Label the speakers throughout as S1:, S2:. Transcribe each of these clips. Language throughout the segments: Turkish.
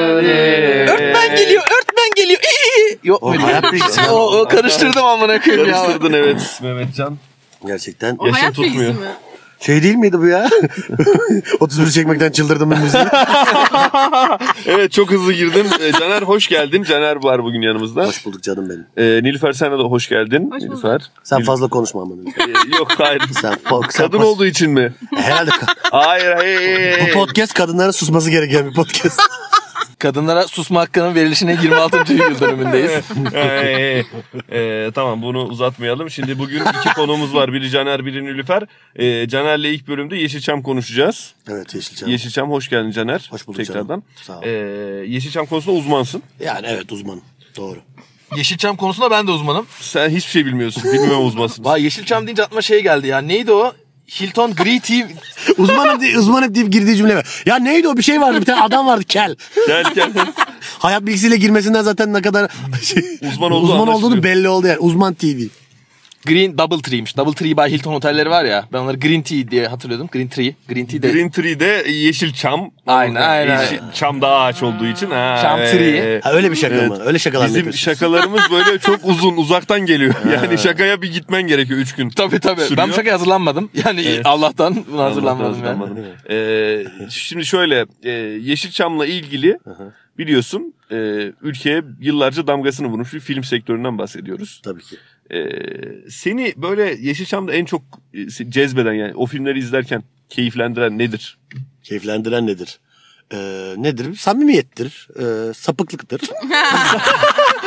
S1: Örtmen geliyor, örtmen geliyor. İyi. Yok
S2: O
S1: öyle.
S2: hayat bilgisi.
S1: Ee, O, o karıştırdım amına koyayım ya.
S3: Karıştırdın evet Mehmetcan.
S2: Gerçekten.
S4: O
S3: Yaşın
S4: hayat bilgisi
S3: tutmuyor.
S4: mi?
S2: Şey değil miydi bu ya? 31 çekmekten çıldırdım ben müziği.
S3: Evet çok hızlı girdim. Ee, Caner hoş geldin. Caner var bugün yanımızda.
S2: Hoş bulduk canım benim.
S3: Ee, Nilüfer sen de hoş geldin.
S4: Hoş bulduk.
S3: Nilüfer.
S2: Sen
S3: Nil-
S2: fazla konuşma ama. lütfen.
S3: Ee, Yok hayır.
S2: Sen, fa- sen
S3: Kadın
S2: pas-
S3: olduğu için mi?
S2: Herhalde ka-
S3: Hayır hayır.
S2: bu podcast kadınların susması gereken bir podcast.
S1: Kadınlara susma hakkının verilişine 26. yıl dönümündeyiz.
S3: Ee, e, tamam bunu uzatmayalım. Şimdi bugün iki konuğumuz var. Biri Caner, biri Nilüfer. Ee, Caner'le ilk bölümde Yeşilçam konuşacağız.
S2: evet Yeşilçam.
S3: Yeşilçam hoş geldin Caner.
S2: Hoş bulduk
S3: Tekrardan.
S2: canım. Sağ ol.
S3: Ee, Yeşilçam konusunda uzmansın.
S2: Yani evet uzman. Doğru.
S1: Yeşilçam konusunda ben de uzmanım.
S3: Sen hiçbir şey bilmiyorsun. Bilmem uzmansın.
S1: Vay Yeşilçam deyince atma şey geldi ya. Neydi o? Hilton Green Tea.
S2: Uzmanım, diye, uzmanım deyip girdiği cümle var. Ya neydi o bir şey vardı bir tane adam vardı kel.
S3: Gel gel.
S2: Hayat bilgisiyle girmesinden zaten ne kadar
S3: Uzman olduğu
S2: uzman olduğunu
S3: anlaşılıyor.
S2: belli oldu yani. Uzman TV.
S1: Green Double Tree'ymiş. Double Tree by Hilton otelleri var ya. Ben onları Green Tea diye hatırlıyordum. Green Tree. Green Tea de.
S3: Green Tree'de yeşil çam.
S1: Aynen, aynen.
S3: Yeşil çam da ağaç olduğu için. Ha,
S1: Çam
S3: ee,
S1: tree.
S2: Ha, öyle bir şaka mı? Öyle şakalar mı
S3: Bizim
S2: yapıyorsunuz?
S3: şakalarımız böyle çok uzun uzaktan geliyor. Yani şakaya bir gitmen gerekiyor 3 gün.
S1: Tabii tabii.
S3: Sürüyor.
S1: Ben şaka hazırlanmadım. Yani
S3: Evet.
S1: Allah'tan buna hazırlanmadım,
S3: Allah'tan
S1: yani.
S3: hazırlanmadım. Ee, şimdi şöyle e, Yeşilçam'la ilgili biliyorsun e, ülkeye yıllarca damgasını vurmuş bir film sektöründen bahsediyoruz.
S2: Tabii ki.
S3: Ee, seni böyle Yeşilçam'da en çok e, cezbeden yani o filmleri izlerken keyiflendiren nedir?
S2: Keyiflendiren nedir? Ee, nedir? Samimiyettir. Ee, sapıklıktır.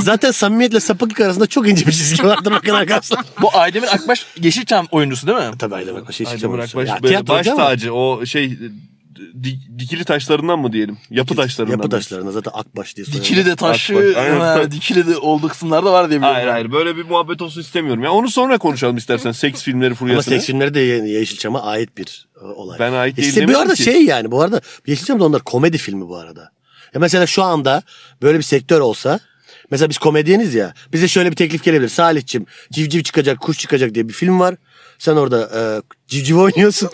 S2: Zaten samimiyetle sapıklık arasında çok ince bir çizgi vardır bakın arkadaşlar.
S1: Bu Aydemir Akbaş Yeşilçam oyuncusu değil mi?
S2: Tabii Aydın Akbaş
S3: Haydi
S2: Yeşilçam
S3: bırak
S2: oyuncusu.
S3: baş,
S2: Ya
S3: böyle
S2: tiyatrocu
S3: baş
S2: ama
S3: tacı o şey e, di- dikili taşlarından mı diyelim? Yapı taşlarından.
S2: Yapı
S3: mı?
S2: taşlarına zaten Akbaş diye soruyor.
S1: Dikili de taşı,
S3: Akbaş, aynen.
S1: ha, dikili de olduğu kısımlarda var diye biliyorum.
S3: Hayır hayır böyle bir muhabbet olsun istemiyorum. Ya onu sonra konuşalım istersen seks filmleri
S2: Ama
S3: furyasını.
S2: seks filmleri de Ye- Yeşilçam'a ait bir e, olay.
S3: Ben ait değil
S2: işte bu
S3: demedim
S2: arada
S3: ki.
S2: şey yani bu arada Yeşilçam da onlar komedi filmi bu arada. Ya mesela şu anda böyle bir sektör olsa mesela biz komedyeniz ya bize şöyle bir teklif gelebilir. Salihçim civciv çıkacak kuş çıkacak diye bir film var. Sen orada e, civciv oynuyorsun.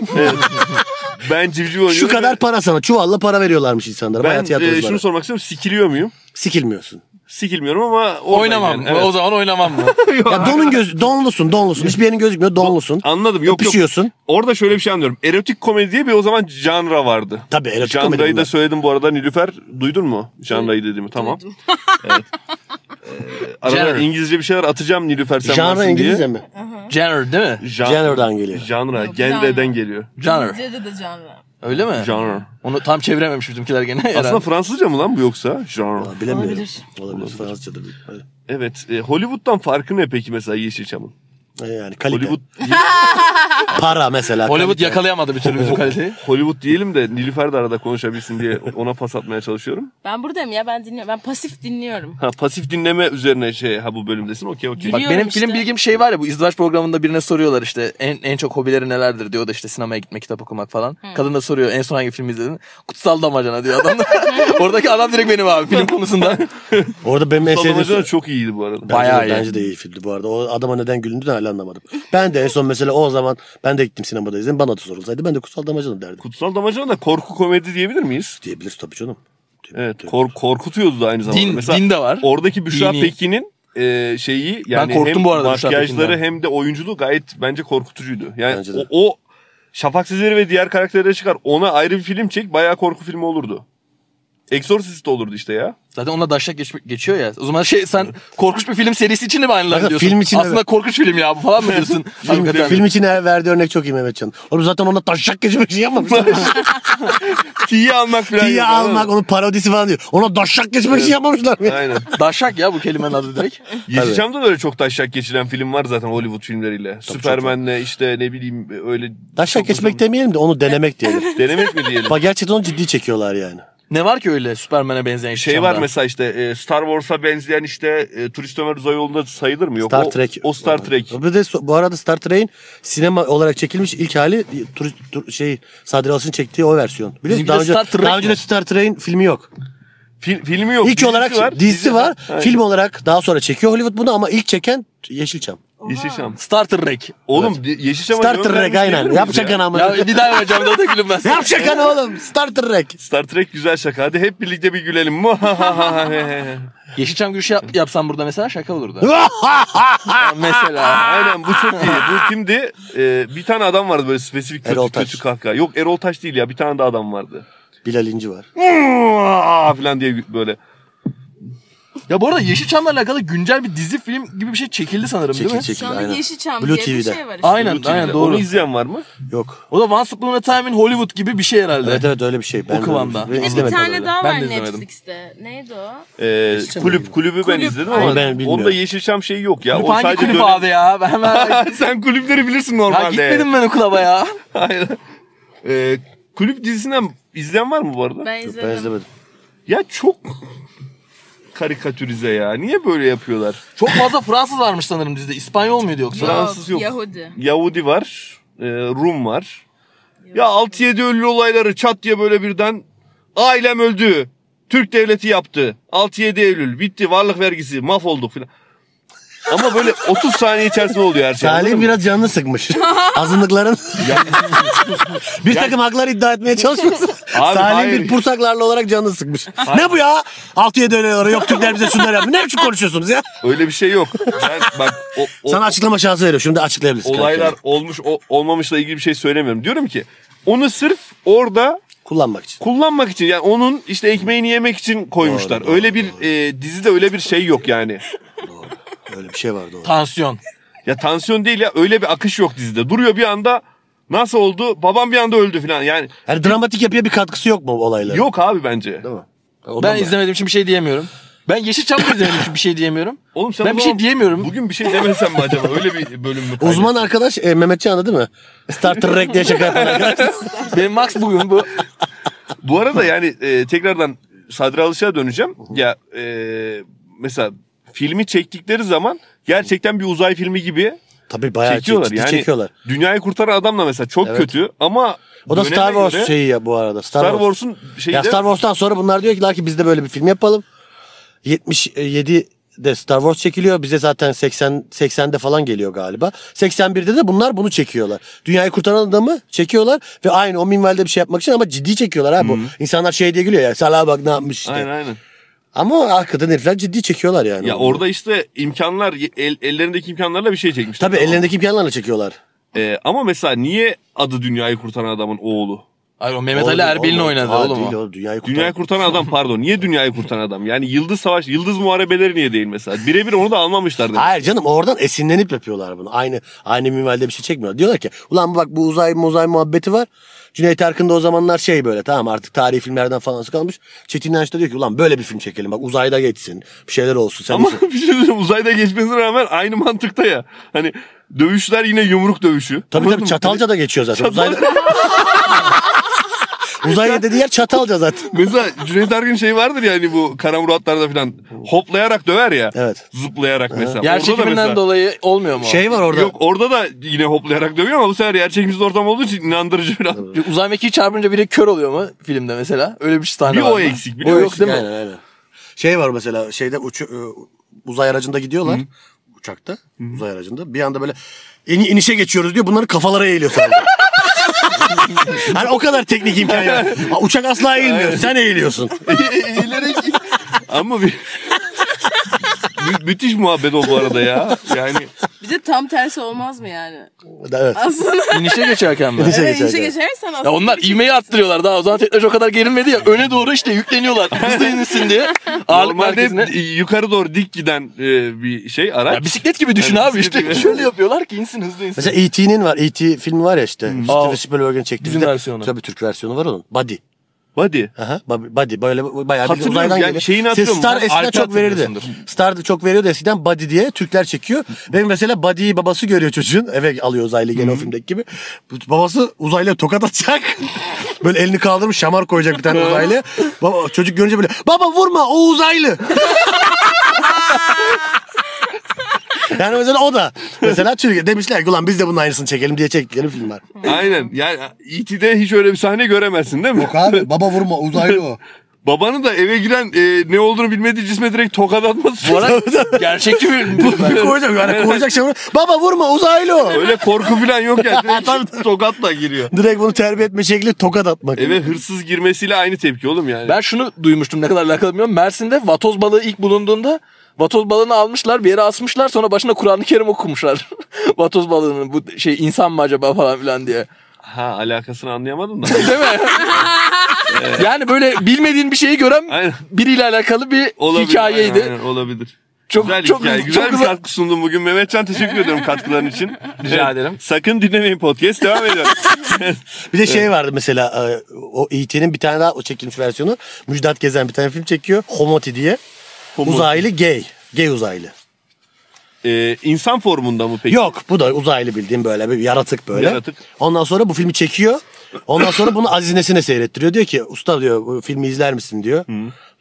S3: Ben civciv oynuyorum.
S2: Şu kadar
S3: ve
S2: para sana çuvalla para veriyorlarmış insanlara.
S3: Ben
S2: Bayağı
S3: e,
S2: tiyatroculara.
S3: şunu sormak istiyorum. Sikiliyor muyum?
S2: Sikilmiyorsun.
S3: Sikilmiyorum ama oradayım
S1: Oynamam.
S3: yani. Evet.
S1: O zaman oynamam mı?
S2: Ya donun göz, donlusun donlusun. Hiçbir yerin gözükmüyor donlusun.
S3: Anladım. Yok yok.
S2: Öpüşüyorsun.
S3: Orada şöyle bir şey anlıyorum. Erotik komedi diye bir o zaman janra vardı.
S2: Tabii erotik komedi
S3: Janrayı da
S2: bunlar.
S3: söyledim bu arada. Nilüfer duydun mu? Janrayı dediğimi. Tamam. Ee,
S4: Duydum.
S3: Arada
S1: Genre.
S3: İngilizce bir şeyler atacağım Nilüfer sen varsın
S2: Janra
S3: diye.
S2: İngilizce mi?
S1: Genre değil mi?
S3: Jan-
S2: Genre'dan geliyor.
S3: Janra.
S4: Yok,
S3: Genre'den
S4: genre.
S3: geliyor.
S1: Genre.
S4: İngilizce'de de genre.
S1: Öyle mi?
S3: Genre.
S1: Onu tam çevirememiş bizimkiler gene.
S3: Aslında
S1: herhalde.
S3: Fransızca mı lan bu yoksa? Genre.
S2: Aa, Bilemiyorum.
S4: Olabilir.
S2: Olabilir. Fransızca da büyük.
S3: Evet. e, Hollywood'dan farkı ne peki mesela Yeşilçam'ın?
S2: Ee, Yani kalite.
S3: Hollywood
S2: Para mesela.
S1: Hollywood
S2: kalite.
S1: yakalayamadı bir türlü bizim kaliteyi.
S3: Hollywood diyelim de Nilüfer de arada konuşabilsin diye ona pas atmaya çalışıyorum.
S4: Ben buradayım ya ben dinliyorum. Ben pasif dinliyorum.
S3: Ha pasif dinleme üzerine şey ha bu bölümdesin. Okey okey.
S1: Bak
S4: Biliyorum
S1: benim
S4: işte.
S1: film bilgim şey var ya bu izdivaç programında birine soruyorlar işte en en çok hobileri nelerdir diyor o da işte sinemaya gitmek, kitap okumak falan.
S4: Hmm.
S1: Kadın da soruyor en son hangi film izledin? Kutsal Damacana diyor adam. da. Oradaki adam direkt benim abi film konusunda.
S2: Orada benim en sevdiğim...
S3: Sallamacı da çok iyiydi bu arada.
S2: Bence
S1: Bayağı
S2: de-
S1: iyi.
S2: Bence de iyi filmdi bu arada. O adama neden gülündü de hala anlamadım. Ben de en son mesela o zaman ben de gittim sinemada izledim. Bana da sorulsaydı ben de kutsal damacana derdim.
S3: Kutsal Damacana da korku komedi diyebilir miyiz?
S2: Diyebiliriz tabii canım.
S3: Evet. Kor- korkutuyordu da aynı zamanda.
S1: din,
S3: mesela
S1: din de var.
S3: oradaki Büşra
S1: Dini.
S3: Pekin'in e, şeyi yani
S1: korktum
S3: hem
S1: bu arada Büşra
S3: makyajları
S1: Pekin'den.
S3: hem de oyunculuğu gayet bence korkutucuydu. Yani
S2: Bence de.
S3: o, o Şafak Sezeri ve diğer karakterlere çıkar. Ona ayrı bir film çek bayağı korku filmi olurdu. Exorcist olurdu işte ya.
S1: Zaten onunla daşak geç, geçiyor ya. O zaman şey sen korkunç bir film serisi için de mi aynılarını
S2: Kanka,
S1: diyorsun?
S2: film için
S1: Aslında
S2: evet.
S1: korkunç film ya bu falan mı diyorsun?
S2: Film,
S1: Hakikaten.
S2: film için her verdiği örnek çok iyi Mehmetcan. Oğlum zaten onunla taşak geçmek şey yapmamışlar.
S3: T'yi almak falan.
S2: Diye
S3: yok, anladın mı?
S2: almak onun parodisi falan diyor. Ona daşak geçmek için yapmamışlar mı?
S3: Aynen.
S1: Daşak ya bu kelimenin adı direkt.
S3: Yeşilçam'da da öyle çok taşak geçilen film var zaten Hollywood filmleriyle. Superman'le işte ne bileyim öyle.
S2: Daşak
S3: çok
S2: geçmek
S3: uzun-
S2: demeyelim de onu denemek diyelim.
S3: Denemek mi diyelim?
S2: Bak gerçekten onu ciddi çekiyorlar yani.
S1: Ne var ki öyle Superman'e benzeyen
S3: Şey
S1: Yeşilçam'da?
S3: var mesela işte e, Star Wars'a benzeyen işte e, Turist Ömer Uzayolu'nda sayılır mı? Yok,
S2: Star
S3: o,
S2: Trek.
S3: O Star Trek.
S2: Bir de so- bu arada Star Trek'in sinema olarak çekilmiş ilk hali turist tur- şey Sadri Alsın çektiği o versiyon. Biliyor
S1: Bizimki
S2: musun? Daha
S1: de
S2: önce,
S1: Star Trek
S2: daha
S1: mi?
S2: önce de Star Trek'in filmi yok.
S3: Fil- filmi yok.
S2: ilk
S3: dizisi
S2: olarak dizisi var, film olarak daha sonra çekiyor Hollywood bunu ama ilk çeken Yeşilçam.
S3: Yeşilçam.
S1: Starter Rack.
S3: Oğlum Yeşilçam'a
S2: Star
S3: yön
S2: Trek
S3: vermiş
S2: aynen.
S3: diyebilir
S2: Yap
S3: miyiz ya?
S2: şakanı ama.
S1: Ya bir daha yapacağım da da gülünmez.
S2: Yap şakanı oğlum. Star Trek.
S3: Star Trek güzel şaka. Hadi hep birlikte bir gülelim.
S1: Yeşilçam gülüşü yap, yapsam burada mesela şaka olurdu. Ya mesela.
S3: Aynen bu çok iyi. Bu kimdi? Ee, bir tane adam vardı böyle spesifik kötü,
S2: Erol Taş.
S3: kötü kahkaha. Yok Erol Taş değil ya. Bir tane daha adam vardı.
S2: Bilal İnci var.
S3: Aa falan diye gü- böyle.
S1: Ya bu arada Yeşilçam'la alakalı güncel bir dizi film gibi bir şey çekildi sanırım değil
S2: Çekil
S1: mi?
S2: çekil
S4: Şu anda
S2: aynen.
S4: Yeşilçam
S2: Blue
S4: diye bir
S2: TV'de.
S4: şey var işte.
S1: Aynen
S3: Blue
S1: aynen
S3: TV'de.
S1: doğru.
S3: Onu izleyen var mı?
S2: Yok.
S1: O da Once Upon a Time in Hollywood gibi bir şey herhalde.
S2: Evet evet öyle bir şey. Ben de-
S1: kıvamda.
S2: Ben
S4: Bir de bir
S2: izlemedim.
S4: tane
S1: öyle.
S4: daha
S1: Ben
S4: var
S1: de izlemedim.
S4: Netflix'te. Neydi o?
S3: Ee, kulüp kulübü ben
S4: Kulüp.
S3: izledim
S4: Ay,
S3: ama
S2: ben bilmiyorum.
S3: onda Yeşilçam şeyi yok ya.
S1: Kulüp
S3: O
S1: hangi
S3: sadece
S1: kulüp
S3: dönem-
S1: abi ya? Ben hemen...
S3: Sen kulüpleri bilirsin
S1: ya
S3: normalde.
S1: gitmedim ben o kulübe ya.
S3: Hayır. Ee, kulüp dizisinden izleyen var mı bu arada?
S4: Ben
S2: Yok,
S4: izledim.
S2: Ben izlemedim.
S3: Ya çok karikatürize ya. Niye böyle yapıyorlar?
S1: Çok fazla Fransız varmış sanırım dizide. İspanyol muydu yoksa?
S3: Fransız yok.
S4: Yahudi.
S3: Yahudi var, e, Rum var. Ya 6-7 ölü olayları çat diye böyle birden ailem öldü. Türk devleti yaptı. 6-7 Eylül bitti varlık vergisi mahvolduk filan. Ama böyle 30 saniye içerisinde oluyor her şey. anladın
S2: Salih
S3: mı?
S2: biraz canını sıkmış. Azınlıkların. bir takım haklar iddia etmeye çalışmasın.
S3: Abi,
S2: Salih
S3: hayır.
S2: bir Pursaklarla olarak canını sıkmış. ne bu ya? 6-7 öyle yok Türkler bize şunları yaptı. Ne biçim konuşuyorsunuz ya?
S3: Öyle bir şey yok. Ben, bak o, o-
S2: Sana açıklama şansı veriyorum. Şimdi açıklayabilirsin.
S3: olaylar
S2: kanka.
S3: olmuş o, olmamışla ilgili bir şey söylemiyorum. Diyorum ki onu sırf orada
S2: Kullanmak için.
S3: kullanmak için yani onun işte ekmeğini yemek için koymuşlar.
S2: Doğru, doğru,
S3: öyle bir e, dizide öyle bir şey yok yani.
S2: Öyle bir şey vardı.
S1: Tansiyon.
S3: Ya tansiyon değil ya öyle bir akış yok dizide. Duruyor bir anda nasıl oldu babam bir anda öldü falan yani.
S2: Yani dramatik yapıya bir katkısı yok mu olaylara?
S3: Yok abi bence.
S2: Değil mi?
S1: ben izlemediğim için bir şey diyemiyorum. Ben Yeşilçam'ı izlemediğim için bir şey diyemiyorum.
S3: Oğlum sen
S1: Ben
S3: o
S1: bir şey
S3: zaman
S1: diyemiyorum.
S3: Bugün bir şey demesem mi acaba öyle bir bölüm mü? kaydettin?
S2: Uzman arkadaş e, Mehmet Can'dı değil mi? Star Trek diye şaka yapan arkadaş.
S1: Benim Max bugün bu.
S3: Bu arada yani e, tekrardan Sadri Alış'a döneceğim. Ya e, mesela filmi çektikleri zaman gerçekten bir uzay filmi gibi
S2: Tabii bayağı
S3: çekiyorlar.
S2: çekiyorlar.
S3: yani
S2: çekiyorlar.
S3: dünyayı kurtaran adamla mesela çok
S2: Evet.
S3: kötü ama
S2: O da
S3: döneme
S2: Star Wars
S3: göre
S2: şeyi ya bu arada. Star,
S3: Star
S2: Wars.
S3: Wars'un şeyi
S2: Ya
S3: de
S2: Star Wars'tan sonra bunlar diyor ki "La ki biz de böyle bir film yapalım. 77 de Star Wars çekiliyor. Bize zaten 80 80'de falan geliyor galiba. 81'de de bunlar bunu çekiyorlar. Dünyayı kurtaran adamı çekiyorlar ve aynı o minvalde bir şey yapmak için ama ciddi çekiyorlar ha bu. İnsanlar şey diye gülüyor ya. Salaha bak ne yapmış işte.
S3: Aynen aynen.
S2: Ama arkadan herifler ciddi çekiyorlar yani.
S3: Ya
S2: Onu.
S3: orada işte imkanlar el- ellerindeki imkanlarla bir şey çekmişler.
S2: Tabii
S3: Tamam.
S2: ellerindeki imkanlarla çekiyorlar.
S3: Ee, ama mesela niye adı dünyayı kurtaran adamın oğlu?
S1: Ay o Mehmet Ali
S2: Orada-
S1: Erbil'in
S2: orada-
S1: oynadı
S2: Aa,
S1: oğlum
S2: Değil
S1: o.
S2: oğlum dünyayı kurtaran.
S3: Dünyayı kurtaran adam pardon. Niye dünyayı kurtaran adam? Yani Yıldız Savaş, Yıldız Muharebeleri niye değil mesela? Birebir onu da almamışlar demek.
S2: Hayır canım oradan esinlenip yapıyorlar bunu. Aynı aynı minvalde bir şey çekmiyorlar. Diyorlar ki ulan bak bu uzay uzay muhabbeti var. Cüneyt Arkın da o zamanlar şey böyle tamam artık tarihi filmlerden falan sıkılmış. Çetin İnanç da diyor ki ulan böyle bir film çekelim bak uzayda geçsin bir şeyler olsun. Sen
S3: Ama
S2: düşün."
S3: bir şey söyleyeyim, uzayda geçmesine rağmen aynı mantıkta ya. Hani dövüşler yine yumruk dövüşü.
S2: Tabii
S3: Anladın
S2: tabii
S3: mı?
S2: Çatalca da geçiyor zaten.
S3: Çatal-
S2: Uzayda, uzayda dediği yer Çatalca zaten.
S3: Mesela Cüneyt Arkın şey vardır ya hani bu Kara Muratlar'da falan hoplayarak döver ya.
S2: Evet.
S3: Zıplayarak mesela. Orada
S1: Yer
S3: da mesela-
S1: çekiminden dolayı olmuyor mu? o?
S2: Şey var orada.
S3: Yok orada da yine hoplayarak dövüyor ama bu sefer yer çekimsiz ortam olduğu için inandırıcı falan.
S1: Bir E, Uzay mekiği çarpınca biri kör oluyor mu filmde mesela? Öyle bir sahne
S3: Bir
S1: var
S3: o
S1: mı?
S3: eksik, bir
S1: O
S3: o
S1: yok
S3: eksik.
S1: değil mi?
S2: Aynen aynen. Şey var mesela şeyde uçu, e, uzay aracında gidiyorlar. Uçakta uzay aracında. Bir anda böyle ini- inişe geçiyoruz diyor. Bunların kafalara eğiliyor sadece. hani o kadar teknik imkan ya. Ha, Uçak asla eğilmiyor. Sen eğiliyorsun.
S3: Eğilerek ama bir... Mü- müthiş muhabbet o bu arada ya. Yani
S4: Bir de tam tersi olmaz mı yani?
S2: Evet.
S4: Aslında
S1: İnişe geçerken mi?
S2: İnişe
S4: evet,
S2: geçerken.
S4: işe geçersen aslında.
S1: Ya onlar ivmeyi arttırıyorlar daha o zaman teknoloji o kadar gerilmedi ya öne doğru işte yükleniyorlar hızlı inilsin diye ağırlık merkezine.
S3: normalde yukarı doğru dik giden e, bir şey araç.
S1: Ya bisiklet gibi düşün
S3: Yani
S1: abi
S3: bisiklet
S1: işte
S3: gibi.
S1: şöyle yapıyorlar ki insin hızlı insin.
S2: Mesela E.T.'nin var. E.T. filmi var ya işte. Steven
S1: Aa,
S2: Spielberg'in çektiği.
S1: bizim
S2: bir de-
S1: versiyonu.
S2: Tabii Türk versiyonu var onun. Body.
S3: Hadi.
S2: Aha, Bobby- Buddy böyle bayağı bir
S3: Hatırlıyorum,
S2: uzaydan
S3: yani
S2: geliyor.
S3: şeyini
S2: Siz
S3: hatırlıyorum.
S2: Star
S3: Ben
S2: eskiden
S3: Alp'i
S2: çok verirdi.
S3: hatırlıyorsundur.
S2: Star da çok veriyordu eskiden Buddy diye Türkler çekiyor. Benim mesela Buddy'yi babası görüyor çocuğun. Eve alıyor uzaylı gene o filmdeki gibi. Bu- Babası uzaylıya tokat atacak. böyle elini kaldırmış şamar koyacak bir tane uzaylı. Baba, çocuk görünce böyle baba vurma o uzaylı. yani mesela o da. Mesela Türkiye demişler ki ulan biz de bunun aynısını çekelim diye çektikleri film var.
S3: E Aynen. Yani E.T.'de hiç öyle bir sahne göremezsin değil mi?
S2: abi baba vurma uzaylı o.
S3: Babanı da eve giren e, ne olduğunu bilmediği cisme direkt tokat atması.
S1: Bu arada gerçekçi bir...
S2: Bir koruyacak yani koruyacak şey var. Baba vurma uzaylı o.
S3: Öyle korku falan yok yani. Direkt tokatla giriyor.
S2: Direkt bunu terbiye etme şekli tokat atmak.
S3: Eve hırsız girmesiyle aynı tepki oğlum yani.
S1: Ben şunu duymuştum ne kadar alakalı bilmiyorum. Mersin'de vatoz balığı ilk bulunduğunda vatoz balığını almışlar bir yere asmışlar sonra başına Kur'an-ı Kerim okumuşlar. vatoz balığının bu şey insan mı acaba falan filan diye.
S3: Ha alakasını anlayamadım da.
S1: Değil mi? yani böyle bilmediğin bir şeyi gören
S3: Aynen.
S1: biriyle alakalı bir
S3: Olabilir.
S1: hikayeydi.
S3: aynen, aynen, olabilir.
S1: Çok
S3: Güzel
S1: çok
S3: hikaye.
S1: çok
S3: Güzel bir
S1: güzel-
S3: katkı sundun bugün. Mehmetcan teşekkür ediyorum katkıların için.
S1: Rica ederim.
S3: Sakın dinlemeyin podcast. Devam ediyor.
S2: Bir de şey vardı mesela e, o E.T.'nin bir tane daha o çekilmiş versiyonu. Müjdat Gezen bir tane film çekiyor. Homoti diye. Uzaylı gay. Gay uzaylı.
S3: Ee, insan formunda mı peki?
S2: Yok bu da uzaylı bildiğim böyle bir yaratık böyle.
S3: Yaratık.
S2: Ondan sonra bu filmi çekiyor. Ondan sonra bunu Aziz Nesin'e seyrettiriyor. Diyor ki usta diyor bu filmi izler misin diyor.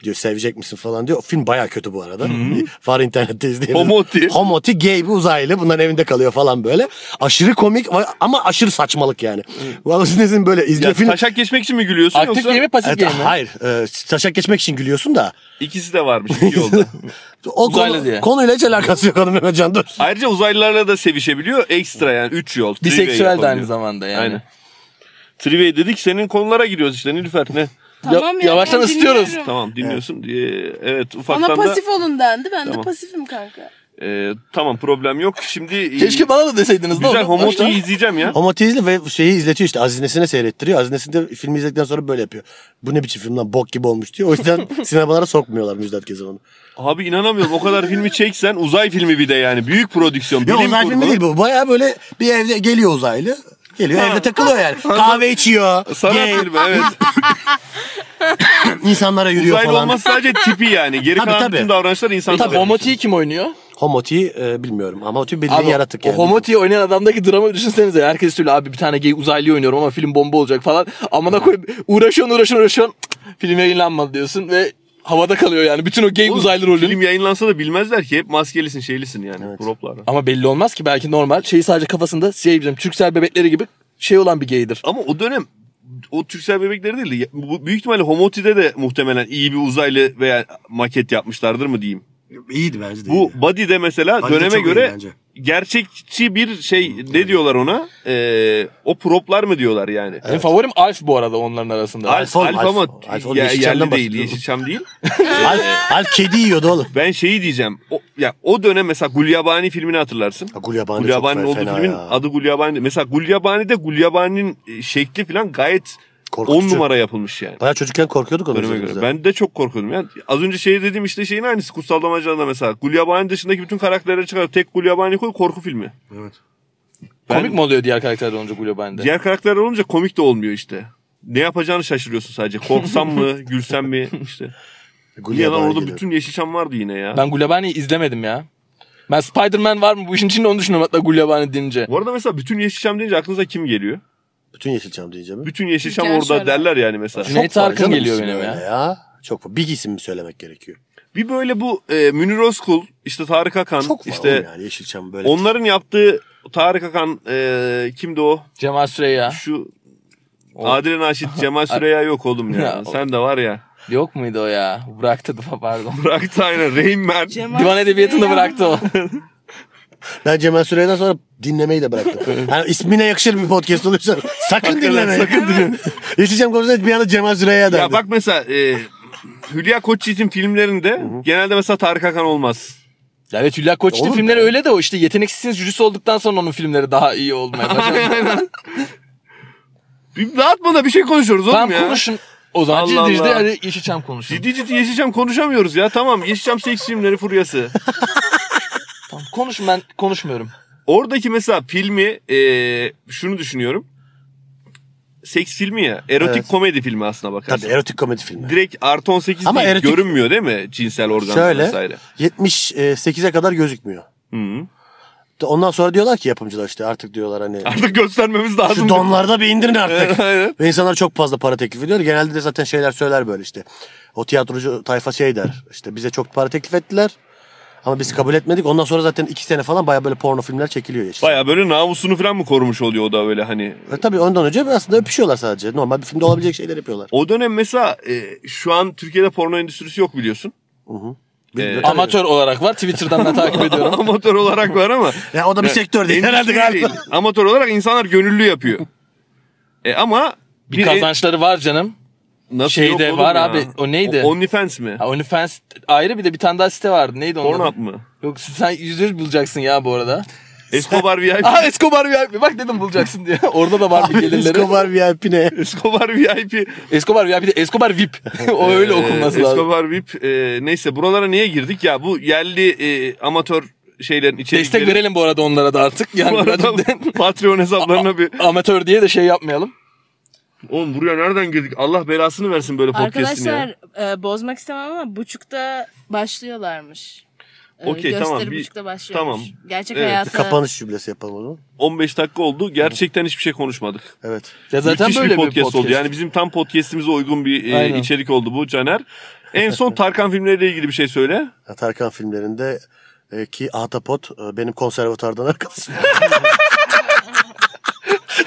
S2: Diyor sevecek misin falan diyor. O film baya kötü bu arada. Var internette izleyebiliriz.
S3: Homoti.
S2: Homoti gay bir uzaylı. Bunların evinde kalıyor falan böyle. Aşırı komik ama aşırı saçmalık yani. Bu Aziz Nesin böyle izliyor
S3: Ya,
S2: film.
S3: taşak geçmek için mi gülüyorsun
S1: Aktif
S3: yoksa?
S1: gemi pasif
S2: Evet,
S1: gemi mi?
S2: hayır. E, taşak geçmek için gülüyorsun da.
S3: İkisi de varmış iki yolda.
S2: O
S1: Uzaylı
S2: konu,
S1: diye.
S2: konuyla hiç alakası yok hanım Mehmet Can, dur.
S3: Ayrıca uzaylılarla da sevişebiliyor. Ekstra yani üç yol. trivia
S1: Biseksüel de aynı
S3: yapabiliyor.
S1: zamanda yani.
S3: Aynen. Trivia dedik senin konulara giriyoruz işte Nilüfer ne?
S4: Tamam ya,
S1: yavaştan
S4: ben
S1: ısıtıyoruz.
S4: dinliyorum.
S3: Tamam dinliyorsun. Ee, evet ufaktan
S4: Bana
S3: da
S4: pasif olun dendi. Ben
S3: Tamam.
S4: de pasifim kanka.
S3: Ee, tamam problem yok. Şimdi
S1: Keşke bana da deseydiniz. de
S3: güzel
S1: oğlum.
S3: homotiyi izleyeceğim ya.
S2: Homotizli ve şeyi izletiyor işte Aziz Nesin'e seyrettiriyor. Aziz Nesin de filmi izledikten sonra böyle yapıyor. Bu ne biçim film lan bok gibi olmuş diyor. O yüzden sinemalara sokmuyorlar Müjdat Gezen onu.
S3: Abi inanamıyorum o kadar filmi çeksen uzay filmi bir de yani büyük prodüksiyon.
S2: Yok
S3: bilim
S2: uzay filmi
S3: kurgu.
S2: değil bu. Baya böyle bir evde geliyor uzaylı. Geliyor evde takılıyor yani. Kahve içiyor.
S3: Sanat
S2: gay,
S3: filmi evet.
S2: insanlara yürüyor
S3: Uzaylı
S2: falan.
S3: olması sadece tipi yani. Geri
S2: Tabii,
S3: kalan
S2: tabii.
S3: bütün davranışlar insan
S1: E, Tabii homotiyi kim oynuyor?
S2: Homoti e, bilmiyorum ama Homoti bildiğin
S1: Abi,
S2: yaratık
S1: o
S2: yani.
S1: Homoti'yi oynayan adamdaki dramı düşünsenize. Herkes söylüyor abi bir tane gay uzaylıyı oynuyorum ama film bomba olacak falan. Amına koyup uğraşıyorsun uğraşıyorsun uğraşıyorsun. Cık, Film yayınlanmadı diyorsun ve havada kalıyor yani. Bütün o gay uzaylı rolünü.
S3: Film yayınlansa da bilmezler ki hep maskelisin şeylisin yani. Proplar.
S1: Ama belli olmaz ki belki normal. Şeyi sadece kafasında şey bizim Türksel bebekleri gibi şey olan bir gaydir.
S3: Ama o dönem o Türksel bebekleri değil de ya- bu- büyük ihtimalle Homoti'de de muhtemelen iyi bir uzaylı veya maket yapmışlardır mı diyeyim.
S2: İyiydi bence de.
S3: Bu Body'de mesela
S2: Body de
S3: döneme
S2: çok iyi
S3: göre
S2: bence.
S3: gerçekçi bir şey ne diyorlar ona? Ee, o proplar mı diyorlar yani?
S1: Benim favorim Alf bu arada onların arasında.
S3: Alf,
S2: Alf-
S3: Alf, ama
S2: Alf- Alf- Alf-
S3: ya-
S2: Yeşilçam'dan
S3: yerli değil,
S2: bahsediyorum.
S3: Yeşilçam değil. Ee,
S2: Alf, Alf kedi yiyordu oğlum.
S3: Ben şeyi diyeceğim. O, ya o dönem mesela Gulyabani filmini hatırlarsın.
S2: Ha, Gulyabani çok
S3: Gulyabani'nin
S2: fe-
S3: olduğu
S2: fena
S3: filmin
S2: ya.
S3: adı Gulyabani. Mesela Gulyabani'de Gulyabani'nin e, şekli falan gayet
S2: Korkutucu.
S3: 10 numara yapılmış yani.
S2: Baya çocukken korkuyorduk onun
S3: Döneme
S2: üzerimizden.
S3: göre. Ben de çok korkuyordum. Yani az önce şey dedim işte şeyin aynısı. Kutsal Damacan'da mesela. Gulyabani dışındaki bütün karakterleri çıkar. Tek Gulyabani koy korku filmi.
S1: Komik mi oluyor diğer karakterden olunca Gulyabani'de?
S3: Diğer karakterler olunca komik de olmuyor işte. Ne yapacağını şaşırıyorsun sadece. Korksam mı, gülsem mi işte. Niye lan
S2: Gulyabani
S3: orada
S2: geliyor.
S3: bütün Yeşilçam vardı yine ya.
S1: Ben Gulyabani'yi izlemedim ya. Ben Spider-Man var mı bu işin içinde onu düşünüyorum hatta Gulyabani deyince.
S3: Bu arada mesela bütün Yeşilçam deyince aklınıza kim geliyor?
S2: Bütün Yeşilçam diyeceğim.
S3: Bütün Yeşilçam
S4: Hikaye
S3: orada
S4: şöyle.
S3: derler yani mesela.
S1: Cüneyt
S2: Çok var
S1: Arkın
S2: canım
S1: E, geliyor
S2: isim
S1: benim
S2: öyle
S1: ya.
S2: Çok var. bir isim mi söylemek gerekiyor?
S3: Bir böyle bu e, Münir Özkul, işte Tarık Akan,
S2: Çok var
S3: işte
S2: oğlum yani Yeşilçam böyle.
S3: onların yaptığı Tarık Akan e, kimdi o?
S1: Cemal Süreyya.
S3: Şu
S1: O-
S3: Adile Naşit, Cemal Süreya yok oğlum ya.
S1: Ya,
S3: Sen de var ya.
S1: Yok muydu o ya? Bıraktı pardon.
S3: Bıraktı aynen Rain Man.
S4: Cemal
S1: Divan edebiyatını da
S4: Süreyya.
S1: bıraktı o.
S2: Ben Cemal Süreyya'dan sonra dinlemeyi de bıraktım. yani ismine yakışır bir podcast oluyorsa sakın dinleme. sakın dinleme. Yeşilçam konusunda bir anda Cemal Süreyya derdi.
S3: Ya bak mesela e, Hülya Koçyiğit'in filmlerinde genelde mesela Tarık Akan olmaz.
S1: Ya Evet Hülya Koç'un
S2: Oğlum
S1: filmleri
S2: ya.
S1: öyle de o işte yeteneksizsiniz cücüsü olduktan sonra onun filmleri daha iyi olmaya başladı.
S3: Bir dağıtma da bir şey konuşuyoruz oğlum
S1: tamam
S3: ya.
S1: konuşun. O zaman
S3: Allah
S1: ciddi ciddi
S3: Allah.
S1: hani Yeşilçam konuşun.
S3: Ciddi ciddi Yeşilçam konuşamıyoruz ya. Tamam Yeşilçam seks filmleri furyası.
S1: Tamam, konuşun ben konuşmuyorum.
S3: Oradaki mesela filmi e, şunu düşünüyorum. Seks filmi ya. Erotik
S2: Evet.
S3: komedi filmi aslına bakarsan.
S2: Tabii erotik komedi filmi.
S3: Direkt artı 18
S2: Ama
S3: değil,
S2: erotik-
S3: görünmüyor değil mi cinsel organ
S2: Şöyle
S3: vesaire.
S2: 78'e kadar gözükmüyor.
S3: Hı.
S2: Ondan sonra diyorlar ki yapımcılar işte artık diyorlar hani
S3: Artık göstermemiz lazım.
S2: şu donlarda bir indirin artık.
S3: Aynen.
S2: Ve insanlar çok fazla para teklif ediyor. Genelde de zaten şeyler söyler böyle işte. O tiyatrocu tayfa şey der. İşte bize çok para teklif ettiler. Ama biz kabul etmedik. Ondan sonra zaten iki sene falan baya böyle porno filmler çekiliyor Yeşilçam.
S3: Baya böyle namusunu falan mı korumuş oluyor o da böyle hani.
S2: E, tabii ondan önce aslında öpüşüyorlar sadece. Normal bir filmde olabilecek şeyler yapıyorlar.
S3: O dönem mesela e, şu an Türkiye'de porno endüstrisi yok biliyorsun.
S2: Bir-
S3: Ee,
S2: tabii.
S1: Amatör olarak var. Twitter'dan da takip ediyorum.
S3: Amatör olarak var ama.
S2: Ya o da bir
S3: Ya,
S2: sektör değil
S3: endüstri
S2: herhalde galiba.
S3: değil. Amatör olarak insanlar gönüllü yapıyor. E ama e,
S1: Bir kazançları var canım.
S3: Nasıl
S1: Şeyde
S3: yok oğlum
S1: var
S3: ya?
S1: abi, o neydi?
S3: O- OnlyFans mi?
S1: Ha, OnlyFans ayrı bir de bir tane daha site vardı. Neydi onun?
S3: Pornhub
S1: adı?
S3: mı?
S1: Yok sen yüz yüz bulacaksın ya bu arada.
S3: Escobar VIP.
S1: Aha Escobar VIP. Bak dedim bulacaksın diye. Orada da var bir gelirleri. Escobar,
S2: Escobar VIP ne?
S3: Escobar VIP.
S1: VIP de Escobar VIP. o öyle okunması
S3: Ee,
S1: lazım.
S3: Escobar VIP. e, neyse buralara niye girdik ya? Bu yerli e, amatör şeylerin içerikleri.
S1: Destek verelim bu arada onlara da artık.
S3: Şey, Bu
S1: Yani
S3: arada
S1: birazcık da-
S3: Patreon hesaplarına bir...
S1: amatör diye de şey yapmayalım.
S3: Oğlum buraya nereden girdik? Allah belasını versin böyle podcast'in ya.
S4: Arkadaşlar e, bozmak istemem ama buçukta başlıyorlarmış. E,
S3: Okey,
S4: gösteri
S3: tamam, bir-
S4: buçukta başlıyormuş.
S3: tamam.
S4: Gerçek
S3: Evet,
S4: hayata.
S2: Kapanış cümlesi yapalım onu.
S3: 15 dakika oldu. Gerçekten hiçbir şey konuşmadık.
S2: Evet.
S1: Ya zaten
S3: Müthiş
S1: böyle
S3: bir podcast, oldu. Yani bizim tam podcast'imize uygun bir e,
S1: Aynen.
S3: içerik oldu bu Caner. En son Tarkan filmleriyle ilgili bir şey söyle.
S2: Tarkan filmlerinde e, ki Ahtapot e, benim konservatuardan arkadaşım.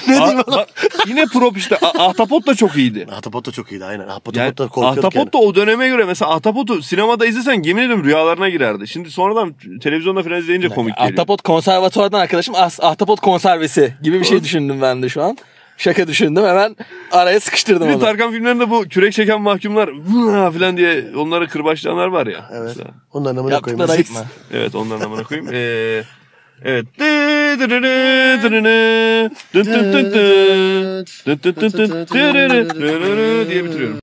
S2: ne diyeyim
S3: Aa, bak, yine prop işte. A- Ahtapot da çok iyiydi.
S2: Ahtapot da çok iyiydi aynen. Ahtapot
S3: Yani
S2: da korkuyorduk
S3: Ahtapot
S2: yani.
S3: da o döneme göre mesela Ahtapot'u sinemada izlesen yemin ediyorum rüyalarına girerdi. Şimdi sonradan televizyonda falan izleyince komik geliyor.
S1: Ahtapot konservatuvardan arkadaşım as- ahtapot konservesi gibi bir şey düşündüm ben de şu an. Şaka düşündüm hemen araya sıkıştırdım
S3: Bir de
S1: onu.
S3: Tarkan filmlerinde bu kürek çeken mahkumlar "Vıh!" falan diye onları kırbaçlayanlar var ya.
S2: Evet.
S3: Mesela.
S2: Onların amına koyayım.
S1: Yaptıkları ayıp mı?
S3: Evet onların amına koyayım. Ee, evet. Dı dı dı dı dı dı dı. Dı dı dı dı. Dı dı dı dı. Dı dı dı dı diye bitiriyorum.